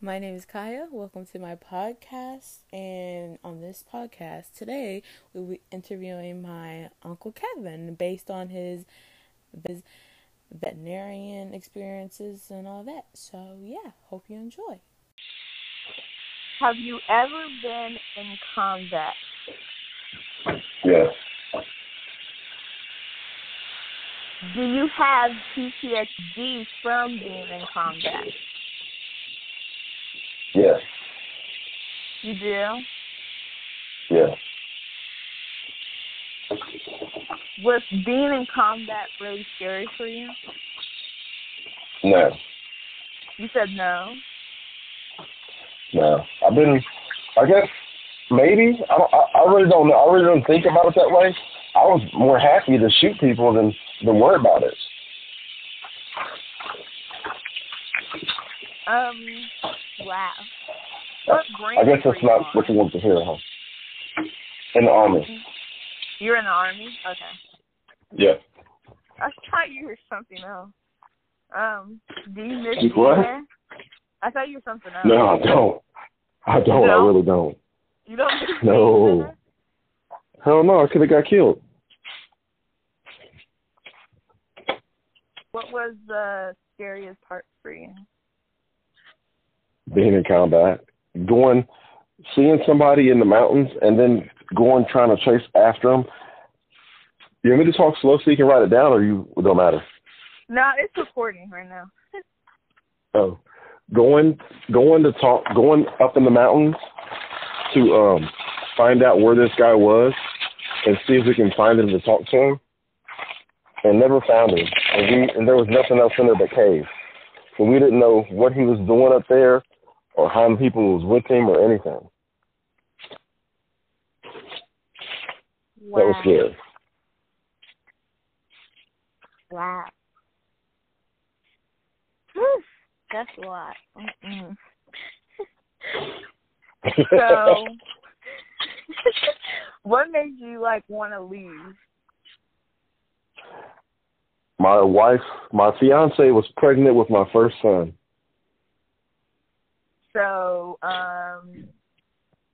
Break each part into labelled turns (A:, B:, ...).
A: My name is Kaya. Welcome to my podcast. And on this podcast today, we'll be interviewing my Uncle Kevin based on his, his veterinarian experiences and all that. So, yeah, hope you enjoy.
B: Have you ever been in combat?
C: Yes.
B: Do you have PTSD from being in combat?
C: Yes.
B: You do?
C: Yes.
B: Was being in combat really scary for you?
C: No.
B: You said no.
C: No. I've been. I guess maybe. I don't, I, I really don't know. I really don't think about it that way. I was more happy to shoot people than than worry about it.
B: Um, wow.
C: I,
B: What branch
C: I guess
B: were
C: that's
B: you
C: not what
B: on?
C: you want to hear, huh? In the army.
B: You're in the army? Okay.
C: Yeah.
B: I thought you were something else. Um, do you miss
C: You
B: being
C: what?
B: there? I thought you were something else.
C: No, I don't. I don't.
B: No?
C: I really don't.
B: You don't miss being
C: No.
B: there?
C: Hell no! I could have got killed.
B: What was the scariest part for you?
C: being in combat, going, seeing somebody in the mountains, and then going trying to chase after them. You want me to talk slow so you can write it down, or you it don't matter.
B: No, it's recording right now.
C: Oh, going, going to talk, going up in the mountains to um find out where this guy was and see if we can find him to talk to him, and never found him. And we and there was nothing else in there but cave, and we didn't know what he was doing up there, or how many people was with him, or anything.
B: Wow.
C: That was scary.
B: Wow. Whew, that's a lot. Mm-mm. So, what made you like want to leave?
C: my wife, my fiance was pregnant with my first son.
B: So, um,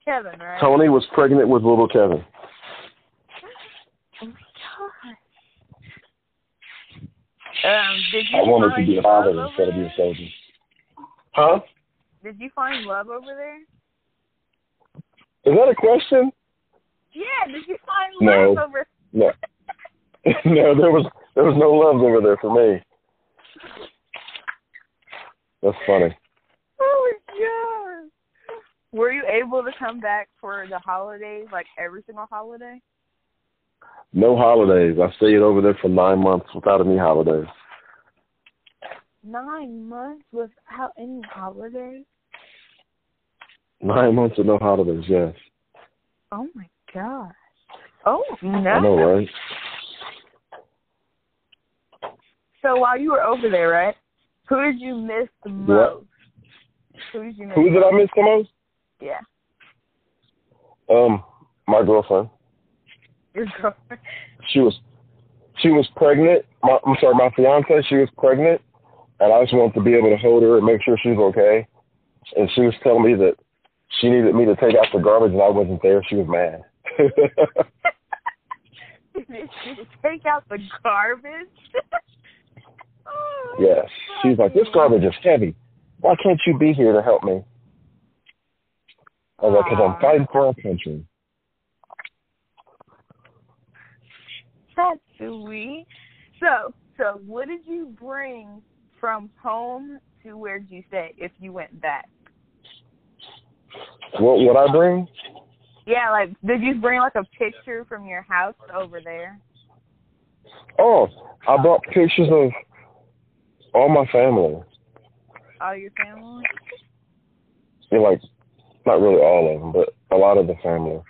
B: Kevin, right?
C: Tony was pregnant with little Kevin.
B: Oh my God. Um, did you
C: I wanted to
B: find
C: be a
B: love
C: father
B: over
C: instead of be
B: there?
C: a soldier. Huh?
B: Did you find love over there?
C: Is that a question?
B: Yeah, did you find
C: No.
B: love over
C: No. no, there was there was no love over there for me. That's funny.
B: Oh my god. Were you able to come back for the holidays, like every single holiday?
C: No holidays. I stayed over there for nine months without any holidays.
B: Nine months without any holidays?
C: Nine months with no holidays, yes.
B: Oh my gosh. Oh
C: I know,
B: no.
C: right?
B: So while you were over there, right? Who did you miss the most? Who did you miss?
C: Who did I miss the most?
B: Yeah.
C: Um, my girlfriend.
B: Your girlfriend.
C: she was she was pregnant. My, I'm sorry, my fiance. She was pregnant, and I just wanted to be able to hold her and make sure she was okay. And she was telling me that she needed me to take out the garbage, and I wasn't there. She was mad.
B: did you take out the garbage? oh,
C: yes, she was like, "This garbage is heavy. Why can't you be here to help me?" I was like, "Cause I'm fighting for our country."
B: That's sweet. So, so what did you bring from home to where did you stay if you went back?
C: What would I bring?
B: Yeah, like did you bring like a picture from your house over there?
C: Oh, I brought pictures of all my family.
B: All your family?
C: you know, like not really all of them, but a lot of the family.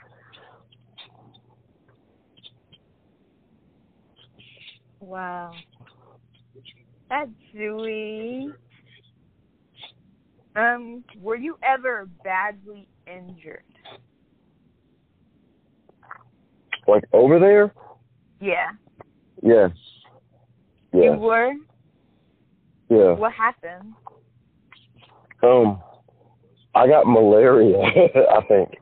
B: Wow. That's sweet. Um, were you ever badly injured?
C: Like over there,
B: Yeah.
C: yes,
B: You
C: yes,
B: were?
C: yeah.
B: What happened?
C: Um, I got malaria, I think.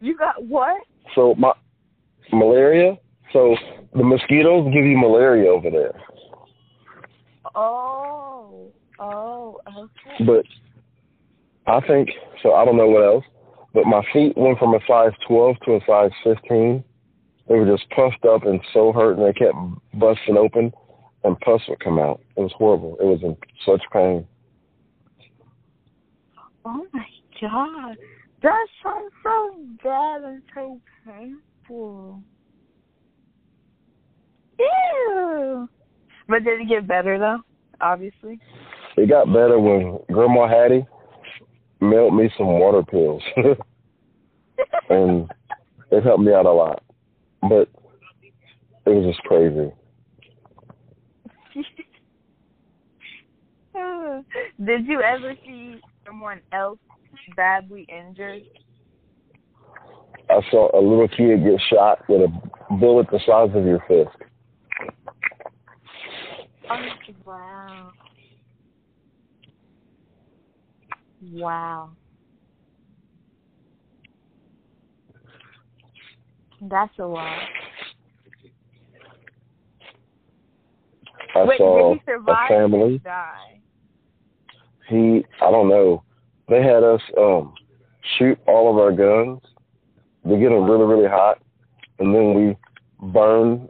B: You got what?
C: So my malaria. So the mosquitoes give you malaria over there,
B: Oh, oh, okay.
C: but I think so. I don't know what else, but my feet went from a size 12 to a size 15. They were just puffed up and so hurt, and they kept busting open, and pus would come out. It was horrible. It was in such pain.
B: Oh my god, that sounds so bad and so painful. Ew. But did it get better though? Obviously.
C: It got better when Grandma Hattie mailed me some water pills, and it helped me out a lot. But it was just crazy.
B: did you ever see someone else badly injured?
C: I saw a little kid get shot with a bullet the size of your fist.
B: Oh, wow. Wow. That's a lot.
C: I
B: Wait,
C: saw
B: did he survive
C: a
B: or
C: family.
B: die?
C: He, I don't know. They had us um shoot all of our guns. We get them really, really hot, and then we burn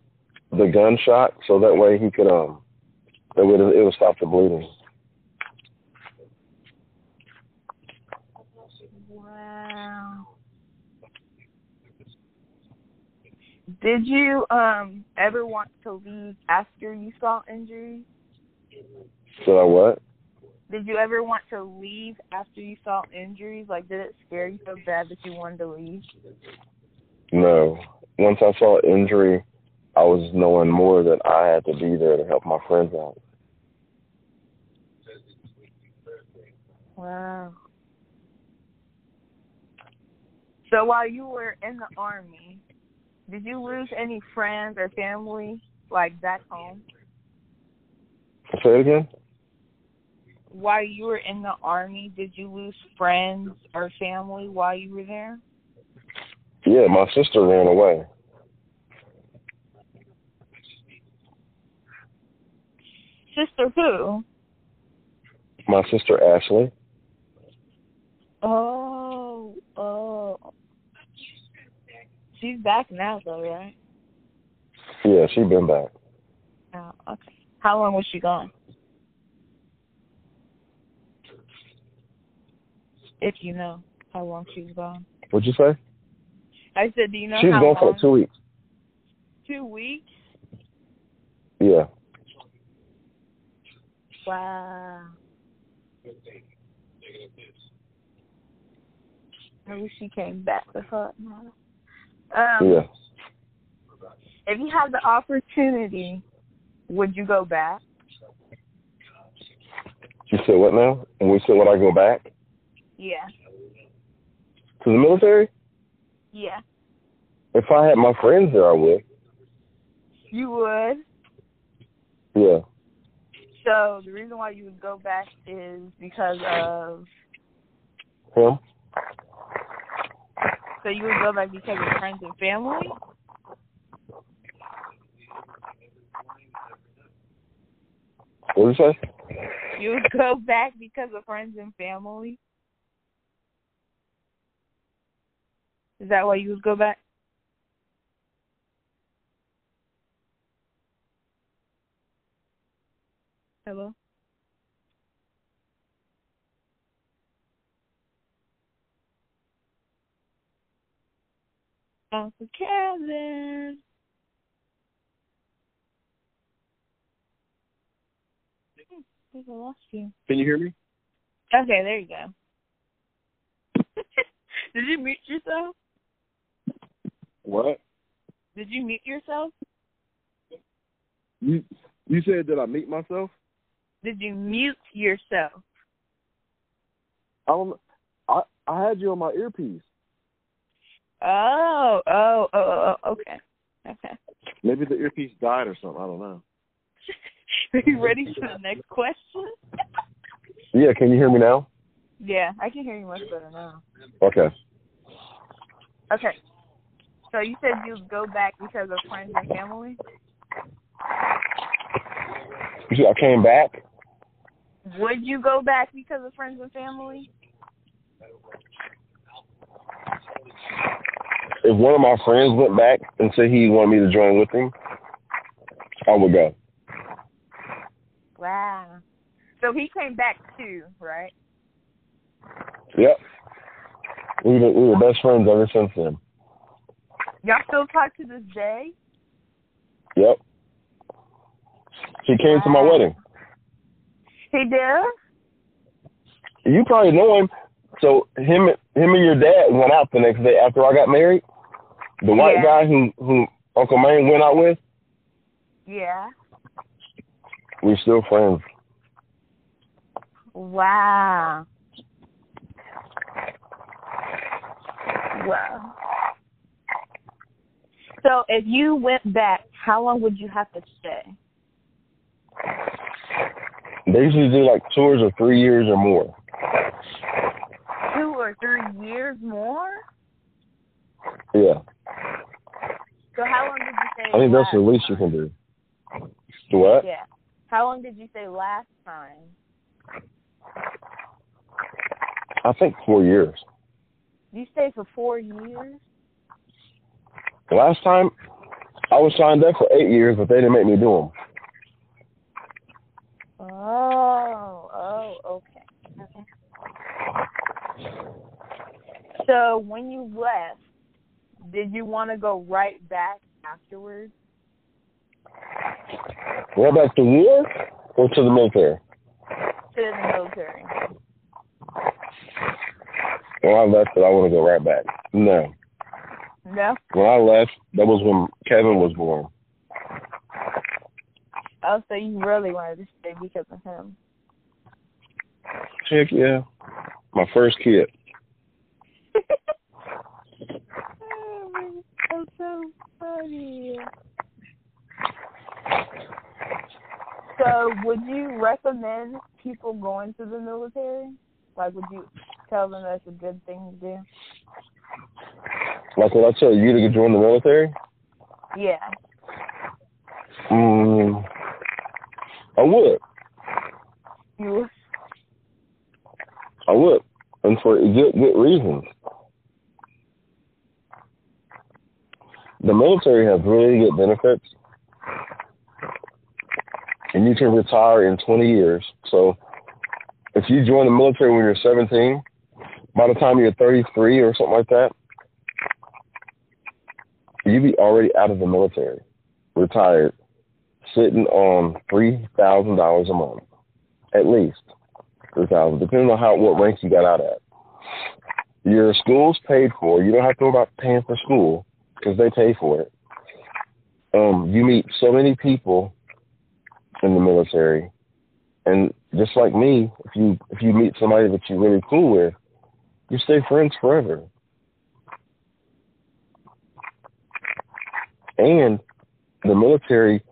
C: the gunshot so that way he could um, that would it would stop the bleeding.
B: Wow. Did you um ever want to leave after you saw injuries?
C: So I what?
B: Did you ever want to leave after you saw injuries? Like, did it scare you so bad that you wanted to leave?
C: No. Once I saw injury, I was knowing more that I had to be there to help my friends out.
B: Wow. So while you were in the army, did you lose any friends or family like back home?
C: Say it again.
B: While you were in the army, did you lose friends or family while you were there?
C: Yeah, my sister ran away.
B: Sister who?
C: My sister Ashley.
B: Oh, oh. She's back now though, right?
C: Yeah, she been back.
B: Oh, okay. How long was she gone? If you know how long she was gone.
C: What'd you say?
B: I said, do you know
C: she was
B: how
C: gone
B: long?
C: for like two weeks.
B: Two weeks?
C: Yeah.
B: Wow. I wish she came back with her. Um,
C: yeah.
B: If you had the opportunity, would you go back?
C: You said what now? And we said would I go back?
B: Yeah.
C: To the military?
B: Yeah.
C: If I had my friends there I would.
B: You would?
C: Yeah.
B: So the reason why you would go back is because of
C: Him?
B: so you would go back because of friends and family?
C: What'd you say?
B: You would go back because of friends and family? Is that why you would go back? Hello? Uncle Kevin. Hmm, I think I lost you.
C: Can you hear me?
B: Okay, there you go. Did you mute yourself?
C: What?
B: Did you mute yourself?
C: You you said that I meet myself?
B: Did you mute yourself?
C: I don't I I had you on my earpiece.
B: Oh, oh, oh, oh, okay. Okay.
C: Maybe the earpiece died or something, I don't know.
B: Are you ready for the next question?
C: Yeah, can you hear me now?
B: Yeah, I can hear you much better now.
C: Okay.
B: Okay. So you said you'd go back because of friends and family?
C: You see, I came back.
B: Would you go back because of friends and family?
C: If one of my friends went back and said he wanted me to join with him, I would go.
B: Wow. So he came back too, right?
C: Yep. We were, we were best friends ever since then.
B: Y'all still talk to this day?
C: Yep. He came to my
B: Wow.
C: wedding.
B: He did?
C: You probably know him. So him, him and your dad went out the next day after I got married. The white
B: Yeah.
C: guy who who Uncle Maine went out with,
B: Yeah.
C: we're still friends.
B: Wow. Wow. So if you went back, how long would you have to stay?
C: They usually do like tours of three years or more.
B: Two or three years more?
C: Yeah,
B: So how long did you stay?
C: I think that's
B: last?
C: the least you can do. Do what?
B: Yeah. How long did you stay last time?
C: I think four years.
B: You stayed for four years?
C: Last time, I was signed up for eight years, but they didn't make me do them.
B: Oh, oh, okay. So when you left, did you want to go right back afterwards?
C: Went back to war or to the military?
B: to the military.
C: When I left, it, I want to go right back. No,
B: No.
C: when I left, that was when Kevin was born.
B: Oh, so you really wanted to stay because of him.
C: Heck yeah, my first kid.
B: Oh, that's so funny. So, would you recommend people going to the military? Like, would you tell them that's a good thing to do?
C: Like when I tell you to join the military,
B: Yeah.
C: mm, I would.
B: You.
C: I would, and for good good reasons. The military has really good benefits, and you can retire in 20 years. So, if you join the military when you're 17, by the time you're 33 or something like that, you be already out of the military, retired, sitting on three thousand dollars a month, at least three thousand, depending on how what rank you got out at. Your school's paid for. You don't have to worry about paying for school because they pay for it. Um, you meet so many people in the military, and just like me, if you if you meet somebody that you're really cool with, you stay friends forever. And the military,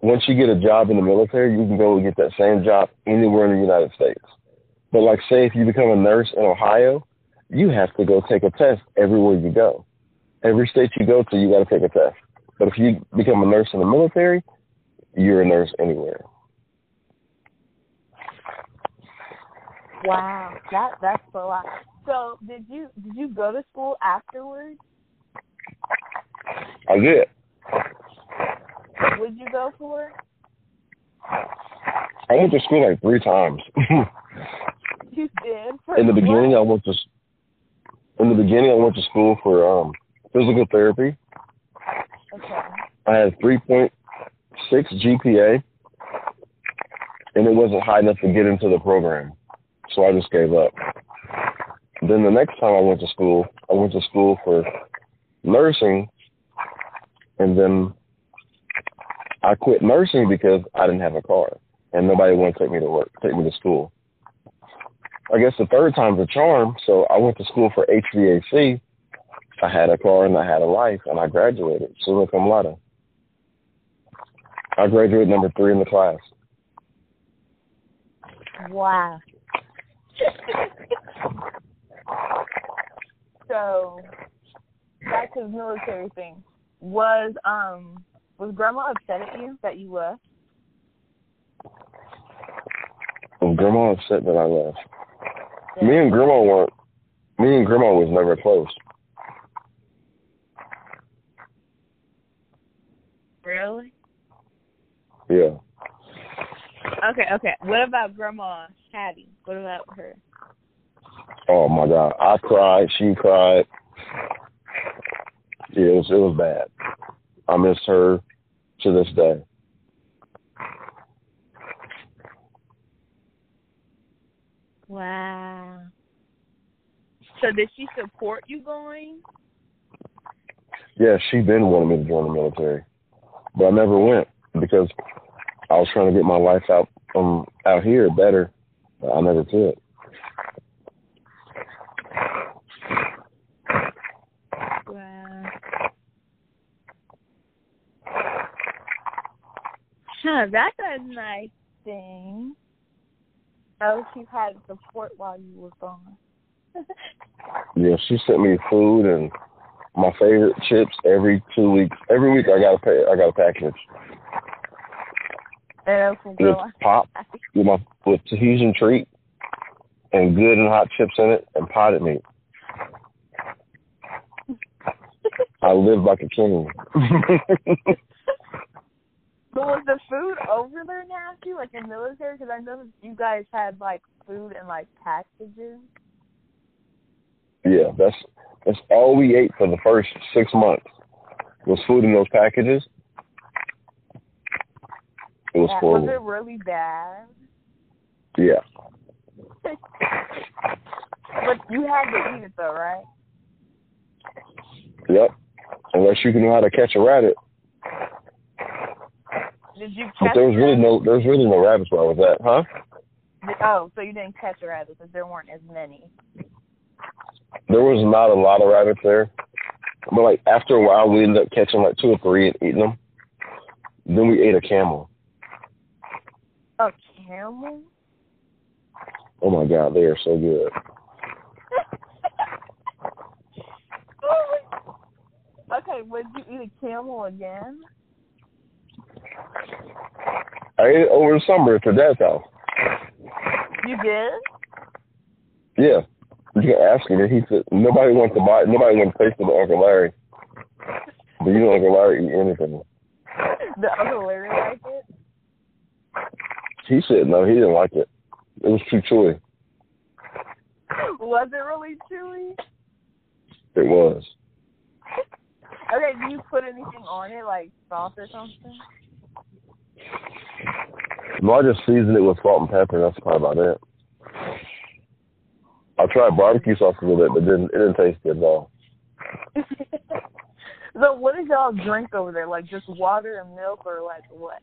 C: once you get a job in the military, you can go and get that same job anywhere in the United States. But like, say if you become a nurse in Ohio, you have to go take a test everywhere you go. Every state you go to, you got to take a test. But if you become a nurse in the military, you're a nurse anywhere.
B: Wow. That that's a lot. So, did you did you go to school afterwards?
C: I did.
B: Would you go for it?
C: I went to school like three times.
B: You did. For
C: in the
B: what?
C: beginning, I went to s- in the beginning I went to school for um, physical therapy.
B: Okay.
C: I had 3.6 GPA, and it wasn't high enough to get into the program, so I just gave up. Then the next time I went to school, I went to school for nursing, and then I quit nursing because I didn't have a car, and nobody wanted to take me to work, take me to school. I guess the third time's a charm, so I went to school for HVAC. I had a car and I had a life, and I graduated summa cum laude. I graduated number three in the class.
B: Wow. So back to the military thing. Was um was grandma upset at you that you left?
C: And grandma upset that I left. Me and grandma weren't. Me and grandma was never close.
B: Really?
C: Yeah.
B: Okay, okay. What about grandma Hattie? What about her?
C: Oh my god, I cried. She cried. Yeah, it was it was bad. I miss her to this day.
B: Wow. So did she support you going?
C: Yeah, she then wanted me to join the military, but I never went because I was trying to get my life out um out here better. But I never could.
B: Wow. Huh, that's a nice thing. I wish you had support while you were gone.
C: Yeah, she sent me food and my favorite chips every two weeks. Every week I got a pay, I got a package
B: and from
C: with
B: grandma.
C: pop, with my with Tahitian treat, and good and hot chips in it, and potted meat. I live like a king.
B: But was the food over there nasty, like in military? Because I noticed you guys had like food and like packages.
C: yeah, that's that's all we ate for the first six months was food in those packages. It was
B: Yeah, was
C: horrible.
B: it really bad?
C: Yeah.
B: But you had to eat it though, right?
C: Yep. Unless you can know how to catch a rabbit.
B: Did you
C: But
B: catch
C: there was really
B: them?
C: no there was really no rabbits where I was at, huh?
B: Did- Oh, so you didn't catch a rabbit because there weren't as many.
C: There was not a lot of rabbits there. But like after a while we ended up catching like two or three and eating them. Then we ate a camel.
B: A camel?
C: Oh my god, they are so good.
B: okay, would you eat a camel again?
C: I ate it over the summer at their dad's house.
B: You did?
C: Yeah. You can ask him and he said nobody wants to buy it, nobody wants to taste it but Uncle Larry. But you know Uncle Larry eat anything.
B: The other Larry like it?
C: He said no, he didn't like it. It was too chewy.
B: Was it really chewy?
C: It was.
B: Okay, do you put anything on it, like sauce or something?
C: No, I just seasoned it with salt and pepper. That's probably about it. I tried barbecue sauce a little bit, but didn't it didn't taste good at all.
B: so what did y'all drink over there? Like just water and milk or like what?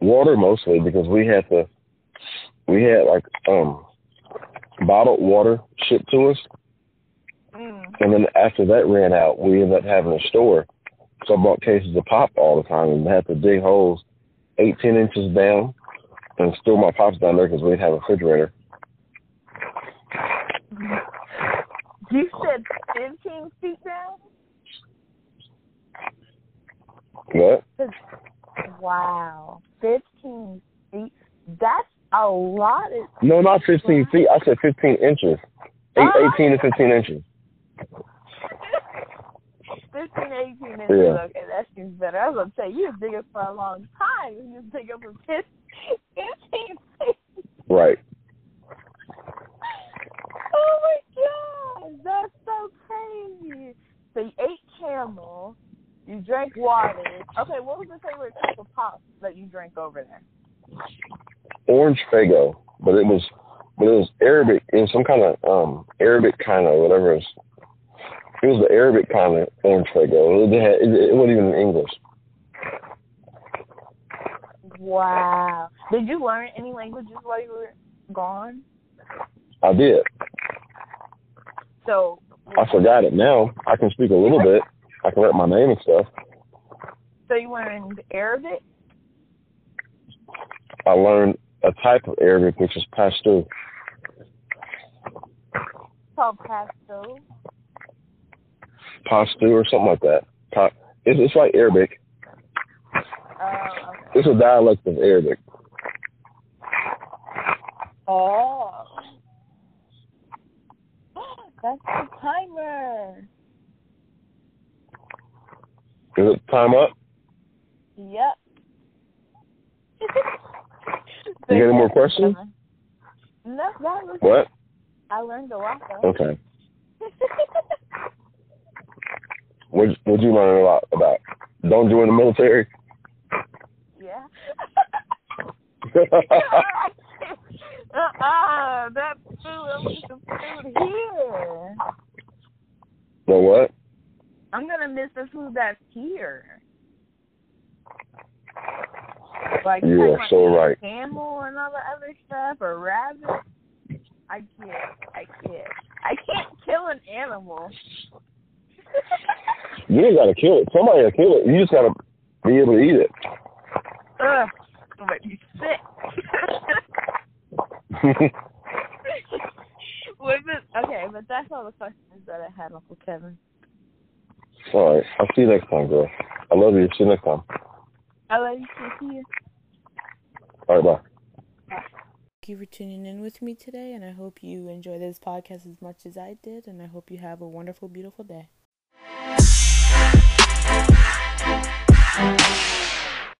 C: Water mostly because we had to we had like um bottled water shipped to us,
B: Mm.
C: and then after that ran out, we ended up having a store. So I bought cases of pop all the time and had to dig holes 18 inches down and store my pops down there because we didn't have a refrigerator.
B: You said 15 feet down?
C: What?
B: Wow. 15 feet? That's a lot of
C: No, not 15 feet. I said 15 inches. Eight, 18 to 15 inches.
B: 15, 18 minutes.
C: Yeah.
B: Okay, that seems better. I was gonna say you dig up for a long time. You dig up for 15, 15 minutes.
C: Right.
B: Oh my god, that's so crazy. So you ate camel, you drank water. Okay, what was the favorite type of pop that you drank over there?
C: Orange Fago, but it was but it was Arabic. It was some kind of um Arabic kind of whatever. It was, it was the Arabic kind of Orange Fago. It, had- it, it wasn't even in English.
B: Wow. Did you learn any languages while you were gone?
C: I did.
B: So
C: I forgot it now. I can speak a little bit. I can write my name and stuff.
B: so you learned Arabic?
C: I learned a type of Arabic which is Pashto.
B: called pastel.
C: Pashto or something like that. Pa- it's, it's like Arabic.
B: Uh, okay.
C: It's a dialect of Arabic.
B: Oh. That's the timer.
C: Is it time up?
B: Yep.
C: You got any more questions?
B: No, that was
C: What? Oh.
B: I learned a lot though.
C: Okay. What would you learn a lot about? Don't join the military.
B: yeah. uh-uh, that's true. I'm missing food here.
C: no what?
B: I'm gonna miss the food that's here. Like
C: You
B: like
C: are so right.
B: camel and all the other stuff or rabbit. I can't. I can't. I can't kill an animal.
C: You ain't gotta kill it. Somebody gotta kill it. You just gotta be able to eat it.
B: Ugh, I'm gonna be sick. What if it- okay, but that's all the questions that I had, Uncle Kevin.
C: All right. I'll see you next time, girl. I love you. See you next time.
B: I love you. too. See you.
C: All right, bye.
A: Thank you for tuning in with me today, and I hope you enjoy this podcast as much as I did, and I hope you have a wonderful, beautiful day.